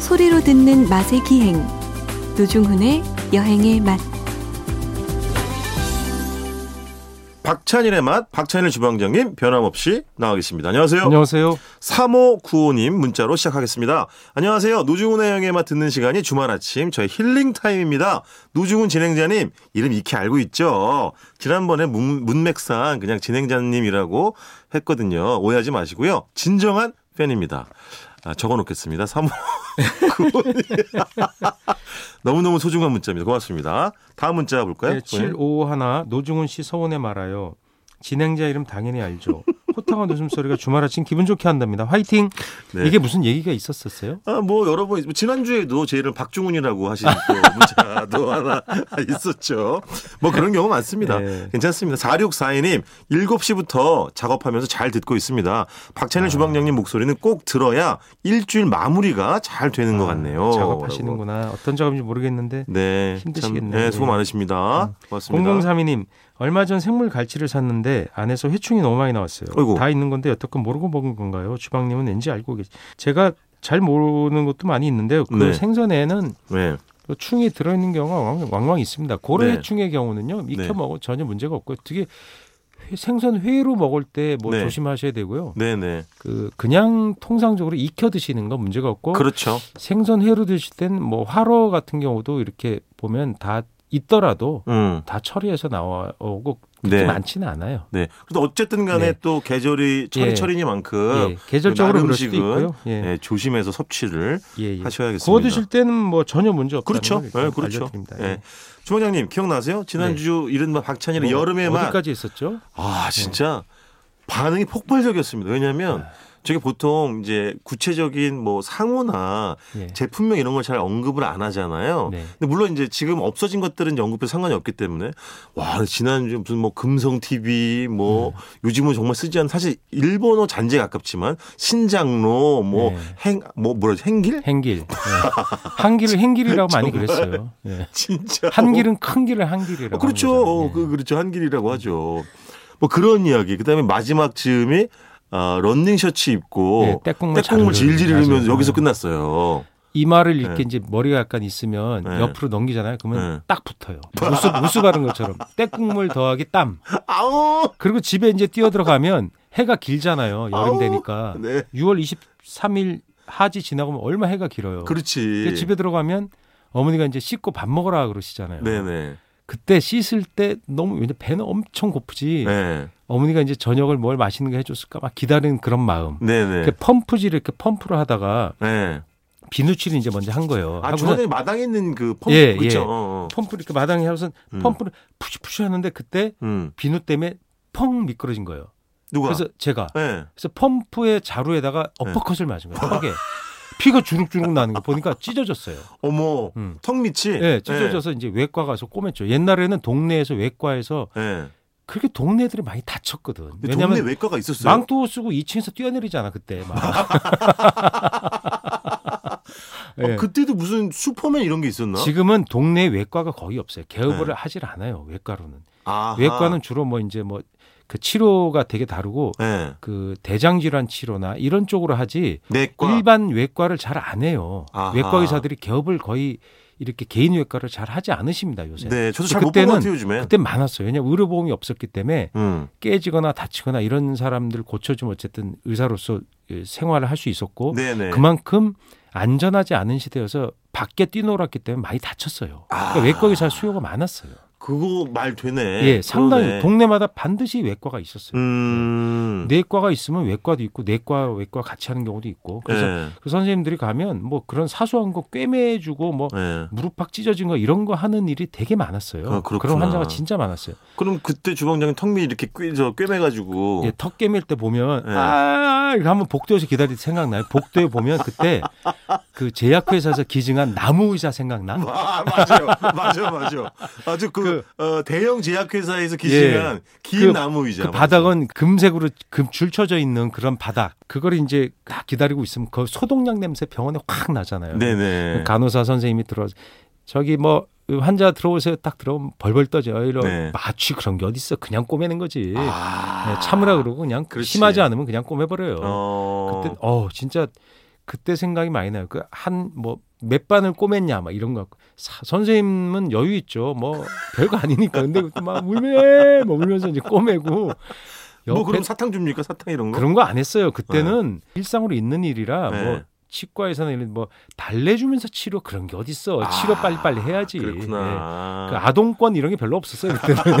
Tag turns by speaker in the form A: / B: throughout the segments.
A: 씹어 듣는 맛의 기행 노중훈의 여행의 맛
B: 박찬일의 맛, 박찬일 주방장님 변함없이 나와 계십니다. 안녕하세요.
C: 안녕하세요.
B: 3595님 문자로 시작하겠습니다. 안녕하세요. 노중훈의 영의 맛 듣는 시간이 주말 아침 저의 힐링 타임입니다. 노중훈 진행자님 이름 익히 알고 있죠. 지난번에 문, 문맥상 그냥 진행자님이라고 했거든요. 오해하지 마시고요. 진정한 팬입니다. 아, 적어놓겠습니다. 3호 너무너무 소중한 문자입니다. 고맙습니다. 다음 문자 볼까요?
C: 네, 751 노중훈 씨 서운해 말아요. 진행자 이름 당연히 알죠. 호탕한 웃음소리가 주말 아침 기분 좋게 한답니다. 화이팅.
B: 네.
C: 이게 무슨 얘기가 있었었어요?
B: 아, 뭐 여러 번 있- 지난주에도 제 이름 박중훈이라고 하신 또 문자도 하나 있었죠. 뭐 그런 경우 많습니다.
C: 네.
B: 괜찮습니다. 4642님 7시부터 작업하면서 잘 듣고 있습니다. 박찬일
C: 아.
B: 주방장님 목소리는 꼭 들어야 일주일 마무리가 잘 되는 것 같네요. 라고.
C: 아, 작업하시는구나. 어떤 작업인지 모르겠는데.
B: 네. 참,
C: 힘드시겠네요. 음.
B: 네, 수고 많으십니다. 고맙습니다.
C: 0032님 얼마 전 생물 갈치를 샀는데 안에서 회충이 너무 많이 나왔어요.
B: 어이구.
C: 다 있는 건데 여태껏 모르고 먹은 건가요? 주방님은 왠지 알고 계시. 제가 잘 모르는 것도 많이 있는데요. 그
B: 네.
C: 생선에는
B: 네.
C: 그 충이 들어있는 경우가 왕- 왕왕 있습니다. 고래
B: 네.
C: 충의 경우는요 익혀
B: 네.
C: 먹어 전혀 문제가 없고요. 되게 회- 생선 회로 먹을 때 뭐
B: 네.
C: 조심하셔야 되고요.
B: 네, 네.
C: 그 그냥 통상적으로 익혀 드시는 건 문제가 없고
B: 그렇죠.
C: 생선 회로 드실 땐 뭐 화로 같은 경우도 이렇게 보면 다 있더라도
B: 음.
C: 다 처리해서 나오고 그렇게
B: 네.
C: 많지는 않아요.
B: 네. 그래도 어쨌든 간에
C: 네.
B: 또 계절이
C: 예.
B: 철이철이니만큼
C: 예, 계절적으로
B: 그
C: 그럴 수도
B: 나름식은,
C: 있고요. 예,
B: 예, 조심해서 섭취를
C: 예, 예.
B: 하셔야겠습니다.
C: 구워 드실 때는 뭐 전혀 문제 없다는
B: 그렇죠.
C: 걸 일단
B: 예, 그렇죠.
C: 알려드립니다.
B: 예. 주방장님 기억나세요? 지난주 이른바 박찬일의
C: 뭐,
B: 여름의 맛.
C: 어디까지 네. 했었죠?
B: 아 진짜 반응이 폭발적이었습니다.
C: 네.
B: 왜냐하면 저게 보통 이제 구체적인 뭐 상호나
C: 예.
B: 제품명 어, 이런 걸 잘 언급을 안 하잖아요.
C: 네.
B: 근데 물론 이제 지금 없어진 것들은 언급해 상관이 없기 때문에 와 지난주 무슨 뭐 금성 TV
C: 네.
B: 뭐 요즘은 정말 쓰지 않는 사실 일본어 잔재 에 가깝지만 신장로 뭐 행
C: 네.
B: 뭐 뭐라 그러지? 행길
C: 행길. 예. 한길을 행길이라고 많이 그랬어요. 예.
B: 진짜
C: 한길은 큰 길을 한길이라고.
B: 어, 그렇죠.
C: 하는
B: 어,
C: 거잖아요. 예.
B: 그, 그렇죠. 한길이라고 하죠. 뭐 그런 이야기. 그 다음에 마지막 즈음이 아, 런닝 셔츠 입고
C: 예, 떼국물
B: 떼국물
C: 자르르.
B: 어. 질질 흘리면서
C: 맞아요.
B: 여기서 끝났어요.
C: 이마를 이렇게
B: 네.
C: 이제 머리가 약간 있으면
B: 네.
C: 옆으로 넘기잖아요. 그러면
B: 네.
C: 딱 붙어요. 우수, 우수 바른 것처럼. 떼국물 더하기 땀.
B: 아우!
C: 그리고 집에 이제 뛰어 들어가면 해가 길잖아요. 여름
B: 아우.
C: 되니까.
B: 네.
C: 6월 23일 하지 지나고면 얼마 해가 길어요.
B: 그렇지.
C: 그래서 집에 들어가면 어머니가 이제 씻고 밥 먹으라 그러시잖아요.
B: 네네.
C: 그때 씻을 때 너무 왜냐 배는 엄청 고프지.
B: 네.
C: 어머니가 이제 저녁을 뭘 맛있는 거 해줬을까 막 기다리는 그런 마음.
B: 네네.
C: 그 펌프질 이렇게 펌프를 하다가
B: 네.
C: 비누칠을 이제 먼저 한 거예요.
B: 아,
C: 하고서
B: 주방에 마당에 있는 그 펌프
C: 예,
B: 그렇죠.
C: 예.
B: 어, 어.
C: 펌프 이렇게 마당에 하고서
B: 음.
C: 펌프를 푸시푸시 하는데 그때
B: 음.
C: 비누 때문에 펑 미끄러진 거예요.
B: 누가?
C: 그래서 제가
B: 네.
C: 그래서 펌프의 자루에다가 어퍼컷을 맞은 거예요. 턱에 피가 주룩주룩 나는 거 보니까 찢어졌어요.
B: 어머,
C: 음.
B: 턱 밑이?
C: 예, 찢어져서 이제 외과 가서 꼬맸죠. 옛날에는 동네에서 외과에서
B: 네. 네.
C: 그렇게 동네들이 많이 다쳤거든.
B: 근데 동네
C: 왜냐면
B: 외과가 있었어요.
C: 망토 쓰고 2층에서 뛰어내리잖아 그때 막.
B: 아,
C: 예.
B: 그때도 무슨 슈퍼맨 이런 게 있었나?
C: 지금은 동네 외과가 거의 없어요. 개업을
B: 네.
C: 하질 않아요. 외과로는.
B: 아하.
C: 외과는 주로 뭐 이제 뭐 그 치료가 되게 다르고
B: 네.
C: 그 대장 질환 치료나 이런 쪽으로 하지
B: 내과.
C: 일반 외과를 잘 안 해요.
B: 아하.
C: 외과 의사들이 개업을 거의 이렇게 개인 외과를 잘 하지 않으십니다 요새.
B: 네, 저도 잘 못 본 것
C: 그때는-
B: 같아요, 요즘에.
C: 그때 많았어요. 왜냐 면 의료보험이 없었기 때문에
B: 음.
C: 깨지거나 다치거나 이런 사람들 고쳐주면 어쨌든 의사로서 예, 생활을 할 수 있었고
B: 네네.
C: 어? 그만큼 안전하지 않은 시대여서 밖에 뛰놀았기 때문에 많이 다쳤어요.
B: 아.
C: 그러니까 외과 의사 수요가 많았어요.
B: 그거 말 되네.
C: 예, 상당히
B: 그러네.
C: 동네마다 네, 반드시 외과가 있었어요.
B: 음.
C: 내과가 있으면 외과도 있고 내과 외과 같이 하는 경우도 있고 그래서
B: 예.
C: 그 선생님들이 가면 뭐 그런 사소한 거 꿰매주고 뭐
B: 예.
C: 무릎팍 찢어진 거 이런 거 하는 일이 되게 많았어요.
B: 아, 그렇구나.
C: 그런 환자가 진짜 많았어요.
B: 그럼 그때 주방장이 턱밑 이렇게 꿰저 꿰매가지고
C: 예, 턱 깨밀 때 보면
B: 어. 네.
C: 아 이렇게 한번 복도에서 기다릴 때 생각나요. 복도에 보면 그때 그 제약회사에서 기증한 나무 의자 생각나?
B: 아, 맞아요, 맞아요, 맞아요. 아주 그, 어, 대형 제약회사에서 기증한 긴
C: 예. 그-
B: 나무 의자.
C: 그 바닥은 금색으로 금 줄쳐져 있는 그런 바닥. 그걸 이제 딱 기다리고 있으면 그 소독약 냄새 병원에 확 나잖아요. 그
B: 네네.
C: 간호사 선생님이 들어와서 저기 뭐 환자 들어오세요. 딱 들어오면 벌벌 떠져요. 이런
B: 네.
C: 마취 그런 게 어디 있어? 그냥 꼬매는 거지.
B: 아.
C: 네, 참으라 그러고 그냥
B: 그렇지.
C: 심하지 않으면 그냥 꼬매버려요.
B: 어.
C: 그때 어 진짜 그때 생각이 많이 나요. 그 한 뭐 몇 반을 꼬맸냐 막 이런 거 같고 사- 선생님은 여유 있죠 뭐 별거 아니니까 근데 그것도 막뭐 울매 막 울면서 이제 꼬매고
B: 뭐
C: 옆에
B: 그럼 사탕 줍니까? 사탕 이런 거?
C: 그런 거 안 했어요 그때는 일상으로 있는 일이라
B: 네.
C: 뭐 치과에서는 이런 뭐 달래주면서 치료 그런 게 어딨어
B: 아,
C: 치료 빨리빨리 해야지 네.
B: 그렇구나.
C: 그 아동권 이런 게 별로 없었어요 그때는.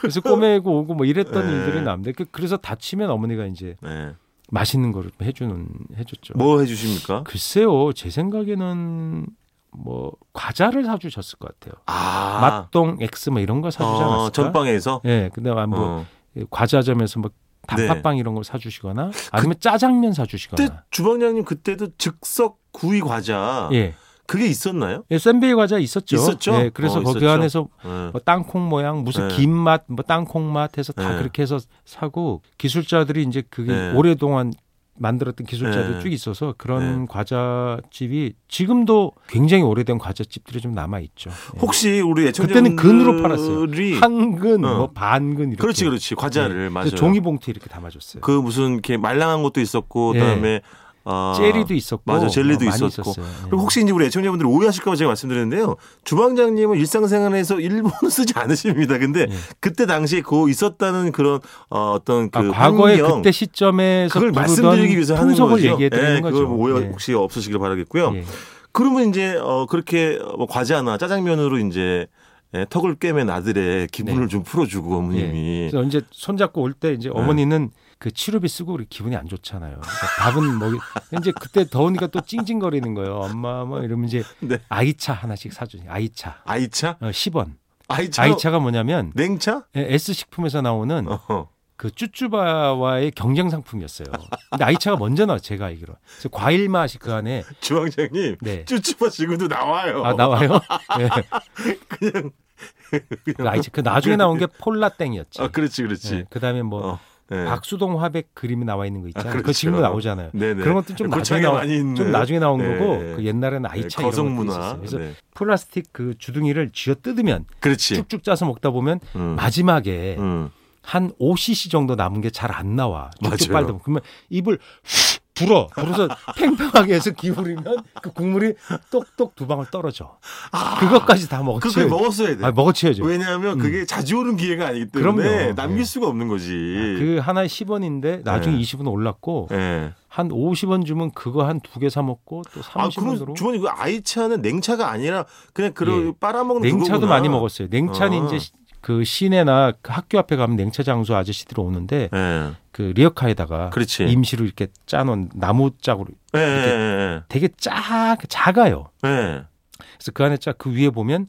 C: 그래서 꼬매고 오고 뭐 이랬던
B: 네.
C: 일들이 남는데 그- 그래서 다치면 어머니가 이제
B: 네.
C: 맛있는 거를 해주는 해줬죠.
B: 뭐 해주십니까?
C: 그 글쎄요, 제 생각에는 뭐 과자를 사주셨을 것 같아요.
B: 아.
C: 맛동 X 뭐 이런 거 사주지
B: 어,
C: 않았을까?
B: 전방에서?
C: 예, 근데 아마 뭐
B: 어. 네.
C: 과자점에서 뭐 단팥빵 이런 걸
B: 그
C: 사주시거나 아니면 짜장면 사주시거나.
B: 그때 주방장님 그때도 즉석 구이 과자
C: 어. 예,
B: 그게 있었나요?
C: 예, 샌베이 과자 있었죠.
B: 있었죠?
C: 예, 그래서
B: 어,
C: 거기
B: 있었죠.
C: 안에서
B: 네.
C: 뭐 땅콩 모양 무슨
B: 네.
C: 김맛 뭐 땅콩 맛 해서 다
B: 네.
C: 그렇게 해서 사고 기술자들이 이제 그게
B: 네.
C: 오랫동안 만들었던 기술자들
B: 네.
C: 쭉 있어서 그런 과자집이 지금도 굉장히 오래된 과자집들이 좀 남아 있죠. 예.
B: 혹시 우리 애청자분들이
C: 그때는 근으로 팔았어요. 한근,
B: 어.
C: 뭐 반근 이렇게.
B: 그렇지 그렇지 과자를
C: 네.
B: 맞아요.
C: 그래서 종이봉투 에 이렇게 담아줬어요.
B: 그 무슨 이렇게 말랑한 것도 있었고
C: 예.
B: 그다음에 아,
C: 젤리도 있었고,
B: 맞아, 젤리도
C: 뭐 많이
B: 있었고.
C: 있었어요. 네.
B: 그리고 혹시 이제 우리 애청자분들이 오해하실까봐 제가 말씀드렸는데요. 주방장님은 일상생활에서 일본어 쓰지 않으십니다. 근데
C: 예.
B: 그때 당시에 그 있었다는 그런 어, 어떤 그
C: 아, 과거에
B: 환경,
C: 그때 시점에서
B: 그걸
C: 부르던
B: 말씀드리기 위해서 하는 거죠.
C: 풍속을 얘기해 드리는
B: 예,
C: 거죠.
B: 그걸 뭐 오해
C: 예.
B: 혹시 없으시길 바라겠고요.
C: 예.
B: 그러면 이제 어, 그렇게 뭐 과자나 짜장면으로 이제 예, 턱을 꿰맨 아들의
C: 네.
B: 기분을 좀 풀어주고
C: 예.
B: 어머님이 네.
C: 그래서 이제 손잡고 올 때 이제 어머니는 그 치료비 쓰고 우리 기분이 안 좋잖아요. 그러니까 밥은 먹이 이제 그때 더우니까 또 찡찡거리는 거예요. 엄마 뭐 이러면 이제
B: 네.
C: 아이차 하나씩 사주니 아이차
B: 아이차
C: 어, 10원.
B: 아이차
C: 아이차가 뭐냐면 예,
B: 냉차
C: S 식품에서 나오는
B: 어허.
C: 그 쭈쭈바와의 경쟁 상품이었어요. 근데 아이차가 먼저 나와 제가 알기로. 그래서 과일 맛이 그 안에
B: 주방장님
C: 네.
B: 쭈쭈바 지금도 나와요.
C: 아 나와요. 예.
B: 어. 그냥
C: 그 아이차 그 나중에 나온 게 폴라땡이었지.
B: 아 그렇지 그렇지.
C: 예. 그다음에 뭐
B: 어, 네.
C: 박수동 화백 그림이 나와 있는 거 있잖아요.
B: 아,
C: 그거
B: 그렇죠.
C: 지금도 나오잖아요.
B: 네네.
C: 그런 것도 좀 나중에
B: 고창에
C: 나온
B: 많이 있는.
C: 좀 나중에 나온
B: 네.
C: 거고 그 옛날에는 아이차
B: 거성
C: 이런 것도
B: 문화.
C: 있었어요. 그래서
B: 네.
C: 플라스틱 그 주둥이를 쥐어 뜯으면
B: 그렇지.
C: 쭉쭉 짜서 먹다 보면
B: 음.
C: 마지막에
B: 음.
C: 한 5cc 정도 남은 게 잘 안 나와. 쭉쭉
B: 맞아요.
C: 빨다 보면 그러면 입을 휙 불어 불어서 팽팽하게 해서 기울이면 그 국물이 똑똑 두 방울 떨어져. 아, 그것까지 다
B: 아, 그걸
C: 먹어치워.
B: 먹었어야 돼.
C: 아, 먹어치워야죠. 음.
B: 왜냐하면 그게 자주 오는 기회가 아니기 때문에
C: 그럼요.
B: 남길
C: 예.
B: 수가 없는 거지.
C: 그 하나에 10원인데 나중에
B: 네.
C: 20원 올랐고
B: 예.
C: 한 50원 주면 그거 한 두 개 사 먹고 또
B: 아, 그럼
C: 30원으로
B: 주머니 그 아이차는 냉차가 아니라 그냥 그런
C: 예.
B: 빨아먹는
C: 냉차도
B: 그거구나.
C: 많이 먹었어요. 냉차는
B: 아.
C: 이제 시- 그 시내나 그 학교 앞에 가면 냉차 장수 아저씨들이 오는데
B: 예.
C: 그 리어카에다가
B: 그렇지.
C: 임시로 이렇게 짜놓은 나무 짝으로
B: 예. 예.
C: 되게 짜 작아요.
B: 예. 예.
C: 그래서 그 안에 짝그 위에 보면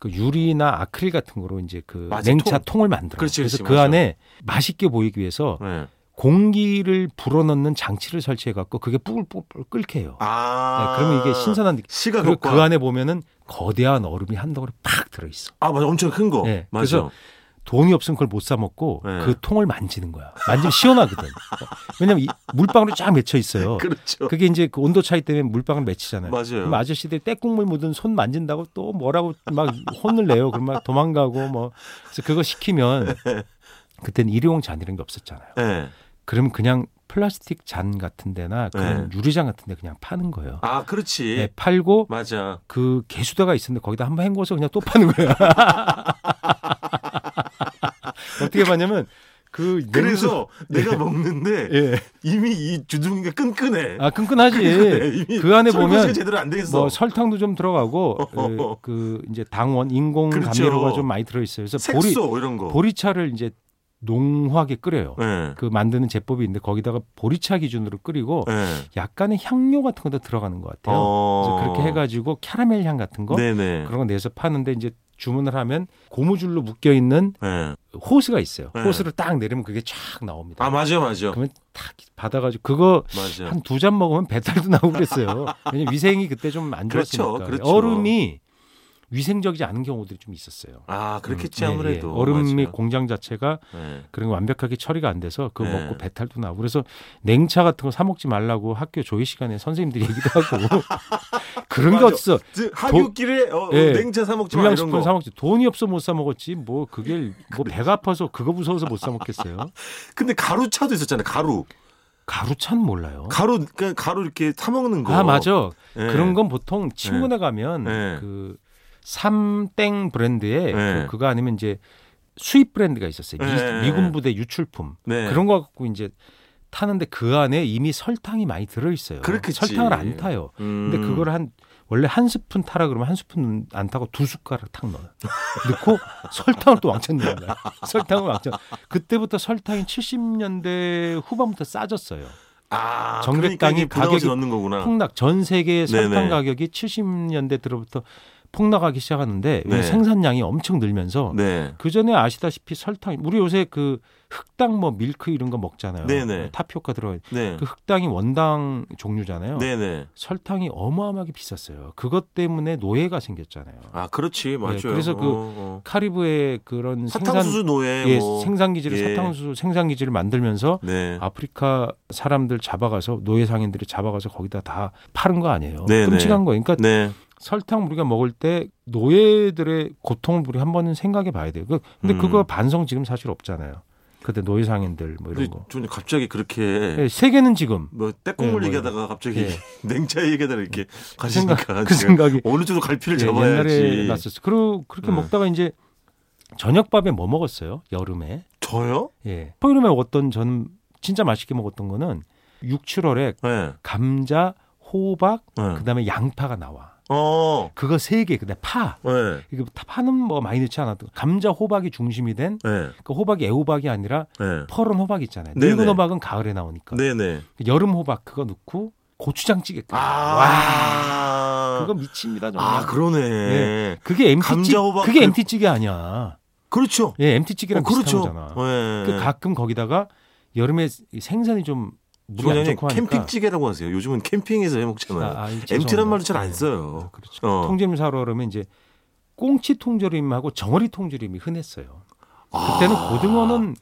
C: 그 유리나 아크릴 같은 거로 이제 그
B: 맞아,
C: 냉차
B: 통.
C: 통을 만들어.
B: 그렇지,
C: 그래서
B: 그렇지,
C: 그
B: 맞아.
C: 안에 맛있게 보이기 위해서
B: 예.
C: 공기를 불어넣는 장치를 설치해 갖고 그게 뿔뿔뿔 끓게요.
B: 아.
C: 네, 그러면 이게 신선한 느낌.
B: 시가
C: 그리고 그
B: 효과.
C: 안에 보면은 거대한 얼음이 한 덩어리 팍 들어 있어.
B: 아 맞아 엄청 큰 거.
C: 네,
B: 맞아.
C: 그래서 돈이 없으면 그걸 못 사 먹고
B: 네.
C: 그 통을 만지는 거야. 만지면 시원하거든. 왜냐면 이 물방울이 쫙 맺혀 있어요.
B: 그렇죠.
C: 그게 이제 그 온도 차이 때문에 물방울 맺히잖아요.
B: 맞아요.
C: 그럼 아저씨들이 떼국물 묻은 손 만진다고 또 뭐라고 막 혼을 내요. 그럼 막 도망가고 뭐 그래서 그거 시키면 그때는 일회용 잔이라는 게 없었잖아요.
B: 예.
C: 그러면 그냥 플라스틱 잔 같은 데나 그런
B: 네.
C: 유리잔 같은 데 그냥 파는 거예요.
B: 아 그렇지.
C: 네, 팔고
B: 맞아.
C: 그 개수대가 있었는데 거기다 한번 헹궈서 그냥 또 파는 거야. 어떻게 봤냐면 그 냉수-
B: 그래서 내가 먹는데
C: 예.
B: 이미 이 주둥이가 끈끈해.
C: 아 끈끈하지.
B: 끈끈해. 이미
C: 그 안에
B: 설거지가
C: 보면
B: 제대로 안 되겠어.
C: 뭐 설탕도 좀 들어가고
B: 어허허.
C: 예, 그 이제 당원 인공
B: 그렇죠.
C: 감미료가 좀 많이 들어 있어요. 그래서 보리
B: 색소 이런 거.
C: 보리차를 이제 농후하게 끓여요.
B: 예.
C: 그 만드는 제법이 있는데 거기다가 보리차 기준으로 끓이고
B: 예.
C: 약간의 향료 같은 것도 들어가는 것 같아요.
B: 어.
C: 그래서 그렇게 해가지고 캐러멜 향 같은 거
B: 네네.
C: 그런 거 내서 파는데 이제 주문을 하면 고무줄로 묶여 있는
B: 예.
C: 호스가 있어요.
B: 네.
C: 호스를 딱 내리면 그게 쫙 나옵니다.
B: 아 네. 맞아 맞아.
C: 그러면 딱 받아가지고 그거
B: 맞아.
C: 한 두 잔 먹으면 배탈도 나고 그랬어요. 왜냐면 위생이 그때 좀 안
B: 그렇죠,
C: 좋았으니까
B: 그렇죠.
C: 얼음이 위생적이지 않은 경우들이 좀 있었어요.
B: 아 그렇겠지
C: 음, 예,
B: 아무래도.
C: 예. 얼음이
B: 맞아요.
C: 공장 자체가
B: 예.
C: 그런 거 완벽하게 처리가 안 돼서 그거
B: 네.
C: 먹고 배탈도 나고 그래서 냉차 같은 거 사 먹지 말라고 학교 조회 시간에 선생님들이 얘기도 하고 그런 게
B: 맞아.
C: 어딨어
B: 그 하굣길에 어,
C: 예.
B: 냉차 사 먹지 마 이런
C: 불량식품
B: 거.
C: 사 먹지 돈이 없어 못 사 먹었지 뭐 그게 뭐 배가 아파서 그거 무서워서 못 사 먹겠어요
B: 근데 가루차도 있었잖아요. 가루.
C: 가루차는 몰라요.
B: 가루 그냥 가루 이렇게 타 먹는 거.
C: 어? 아 맞아.
B: 예.
C: 그런 건 보통 친구네 가면
B: 예.
C: 그 삼땡 브랜드에
B: 예.
C: 그, 거 아니면 이제 수입 브랜드가 있었어요.
B: 예.
C: 미, 군 부대 유출품
B: 네.
C: 그런 거 갖고 이제 타는데 그 안에 이미 설탕이 많이 들어 있어요.
B: 그렇겠지.
C: 설탕을 안 타요.
B: 음.
C: 근데 그걸 한 원래 한 스푼 타라 그러면 한 스푼 안 타고 두 숟가락 탁 넣어요. 넣고 설탕을 또 왕창 넣는 거야. 설탕을 왕창. 그때부터 설탕이 70년대 후반부터 싸졌어요.
B: 아,
C: 정객당이
B: 그러니까 가격이
C: 가격이
B: 넣는 거구나.
C: 폭락 전 세계 설탕
B: 네네.
C: 가격이 70년대 들어부터 폭락하기 시작하는데
B: 네.
C: 생산량이 엄청 늘면서
B: 네.
C: 그 전에 아시다시피 설탕 우리 요새 그 흑당 뭐 밀크 이런 거 먹잖아요. 그
B: 네네.
C: 타피오카 들어가
B: 네.
C: 그 그렇죠. 흑당이 원당 종류잖아요.
B: 네, 네.
C: 설탕이 어마어마하게 비쌌어요. 그것 때문에 노예가 생겼잖아요.
B: 아, 그렇지. 맞아요.
C: 그래서 그
B: 어, 어.
C: 카리브의 그런
B: 사탕수수 노예
C: 생산 예,
B: 뭐.
C: 생산 기지를
B: 예.
C: 사탕수수 생산 기지를 만들면서
B: 네.
C: 아프리카 사람들 잡아가서 노예 상인들이 잡아가서 거기다 다 파는 거 아니에요.
B: 네,
C: 끔찍한 거예요. 그러니까
B: 네.
C: 설탕 우리가 먹을 때 노예들의 고통을 우리 한번은 생각해 봐야 돼요. 그- 근데
B: 음.
C: 그거 반성 지금 사실 없잖아요. 그때 노예 상인들 뭐 이런
B: 근데
C: 거.
B: 좀 갑자기 그렇게
C: 예, 세계는 지금
B: 뭐 때국물
C: 네,
B: 얘기하다가 갑자기
C: 예.
B: 냉차 얘기하다가 이렇게
C: 그
B: 가시니까
C: 생각 그
B: 지금
C: 생각이
B: 어느 정도 갈피를
C: 예,
B: 잡아야지.
C: 옛날에 났었어. 그러 그렇게
B: 네.
C: 먹다가 이제 저녁밥에 뭐 먹었어요? 여름에.
B: 저요?
C: 예. 여름에 먹었던 저는 진짜 맛있게 먹었던 거는 6, 7월에
B: 네.
C: 감자, 호박,
B: 네.
C: 그다음에 양파가 나와.
B: 어.
C: 그거 세 개. 그다음 파.
B: 네.
C: 이거 파- 파는 뭐 많이 넣지 않았던 감자, 호박이 중심이 된 그
B: 네.
C: 호박이 애호박이 아니라
B: 네.
C: 펄은 호박 있잖아요.
B: 네네.
C: 늙은 호박은 가을에 나오니까.
B: 네네.
C: 그 여름 호박 그거 넣고 고추장 찌개.
B: 아.
C: 와. 그거 미칩니다 정말.
B: 아, 그러네.
C: 네. 그게 MT 찌
B: 감자 호박
C: 그게
B: 그-
C: MT 찌개 아니야.
B: 그렇죠.
C: 예, MT 찌개랑
B: 어, 그렇죠.
C: 비슷한 거잖아.
B: 예.
C: 그 가끔 거기다가 여름에 생선이 좀 물이 안
B: 주원장님
C: 좋고 하니까
B: 캠핑찌개라고 하세요. 요즘은 캠핑에서 해 먹잖아요.
C: 아, 아, 이 죄송합니다.
B: MT란 말도 잘 안 써요.
C: 그렇죠.
B: 어.
C: 통조림 사러 그러면 이제 꽁치 통조림하고 정어리 통조림이 흔했어요.
B: 아.
C: 그때는 고등어는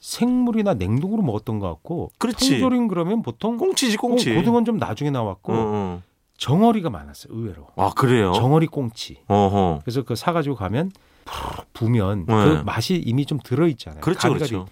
C: 생물이나 냉동으로 먹었던 것 같고
B: 그렇지.
C: 통조림 그러면 보통
B: 꽁치지 꽁치.
C: 고등어는 좀 나중에 나왔고
B: 어, 어.
C: 정어리가 많았어요 의외로
B: 아 그래요.
C: 정어리 꽁치
B: 어허.
C: 그래서 그 사가지고 가면 푹 부면
B: 네.
C: 그 맛이 이미 좀 들어있잖아요
B: 그렇죠
C: 가루가
B: 그렇죠.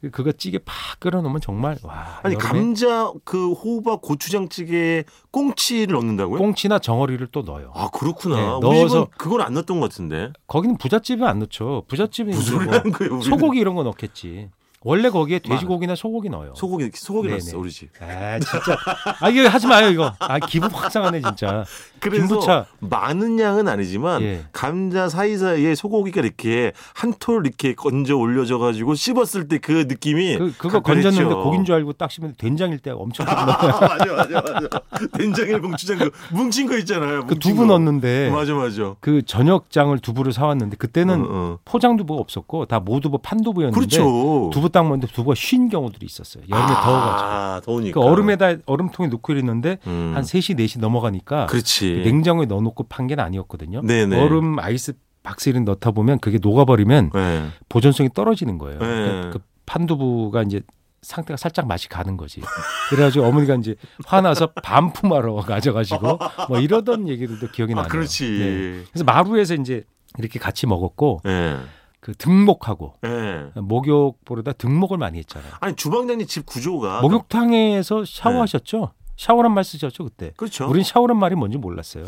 C: 돼- 그거 찌개 팍 끓여놓으면 정말 와
B: 아니
C: 여름에
B: 감자 그 호박 고추장찌개에 꽁치를 넣는다고요?
C: 꽁치나 정어리를 또 넣어요
B: 아 그렇구나.
C: 네,
B: 우리
C: 넣어서-
B: 집은 그걸 안 넣었던 것 같은데.
C: 거기는 부잣집에 안 넣죠 부잣집은
B: 무슨 소리
C: 뭐
B: 하는 거예요? 우리는?
C: 소고기 이런 거 넣겠지 원래 거기에 돼지고기나 소고기 넣어요
B: 소고기 소고기
C: 네네.
B: 넣었어 우리 집.
C: 아 진짜 아 이거 하지 마요 이거 아 기분 확상하네 진짜
B: 그래서
C: 김부차.
B: 많은 양은 아니지만
C: 예.
B: 감자 사이사이에 소고기가 이렇게 한 톨 이렇게 건져 올려져 가지고 씹었을 때 그 느낌이
C: 그, 그거
B: 각별했죠.
C: 건졌는데 고긴 줄 알고 딱 씹는데 된장일 때가 엄청
B: 맞아 맞아 맞아. 된장에 고추장 그 뭉친 거 있잖아요.
C: 그
B: 뭉친
C: 두부
B: 거.
C: 넣었는데
B: 맞아 맞아.
C: 그 저녁장을 두부를 사왔는데 그때는
B: 어, 어.
C: 포장 두부가 없었고 다 모두부 판두부였는데
B: 그렇죠.
C: 두부 딱 먹는데 두부가 쉰 경우들이 있었어요 여름에 더워가지고
B: 아, 더우니까.
C: 그 얼음에다 얼음통에 넣고 이랬는데
B: 음.
C: 한 3시 4시 넘어가니까
B: 그렇지.
C: 냉장고에 넣어놓고 판 게 아니었거든요
B: 네네.
C: 얼음 아이스 박스에 넣다 보면 그게 녹아버리면
B: 네.
C: 보존성이 떨어지는 거예요.
B: 네.
C: 그러니까 그 판두부가 이제 상태가 살짝 맛이 가는 거지. 그래가지고 어머니가 이제 화나서 반품하러 가져가시고 뭐 이러던 얘기들도 기억이
B: 아,
C: 나네요.
B: 그렇지.
C: 네. 그래서 마루에서 이제 이렇게 같이 먹었고
B: 예.
C: 그 등목하고
B: 예.
C: 목욕보다 등목을 많이 했잖아요.
B: 아니 주방장님 집 구조가
C: 목욕탕에서 샤워하셨죠? 샤워란 말 쓰셨죠 그때?
B: 네. 그렇죠.
C: 우린 샤워란 말이 뭔지 몰랐어요.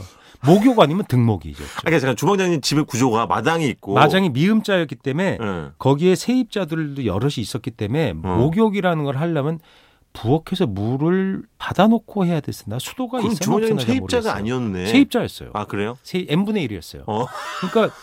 C: 목욕 아니면 등목이죠.
B: 아, 그러니까 제가 주방장님 집의 구조가 마당이 있고
C: 마장이 미음자였기 때문에
B: 예.
C: 거기에 세입자들도 여럿이 있었기 때문에
B: 어.
C: 목욕이라는 걸 하려면 부엌에서 물을 받아놓고 해야 됐으나 수도가
B: 그럼
C: 있었나 없었나
B: 주방장님
C: 잘
B: 세입자가
C: 모르겠어요.
B: 아니었네.
C: 세입자였어요.
B: 아 그래요?
C: 세, n분의 1이었어요.
B: 어.
C: 그러니까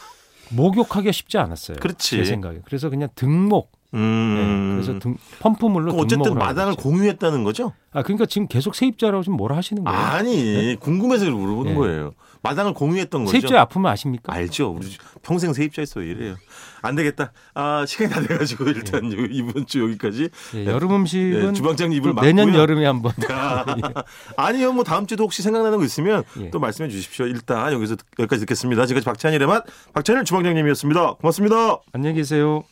C: 목욕하기가 쉽지 않았어요.
B: 그렇지.
C: 제 생각에. 그래서 그냥 등목. 예,
B: 음.
C: 그래서 등, 펌프물로
B: 그럼 어쨌든
C: 등목을 하고
B: 마당을
C: 있죠.
B: 공유했다는 거죠?
C: 아 그러니까 지금 계속 세입자라고 지금 뭐라 하시는 거예요?
B: 아니 궁금해서 물어보는
C: 네.
B: 거예요. 마당을 공유했던 거죠?
C: 세입자 아프면 아십니까? 네.
B: 알죠. 우리 평생 세입자였어 이래요. 안 되겠다. 아 시간이 다 돼가지고
C: 네.
B: 일단 요- 이번 주 여기까지.
C: 예, 여름 음식은
B: 예, 주방장 입을
C: 또 내년
B: 막고요.
C: 여름에 한번
B: 아니요, 뭐 다음 주도 혹시 생각나는 거 있으면
C: 예.
B: 또 말씀해 주십시오. 일단 여기서 여기까지 듣겠습니다. 지금까지 박찬일의 맛 박찬일 주방장님이었습니다. 고맙습니다.
C: 안녕히 계세요.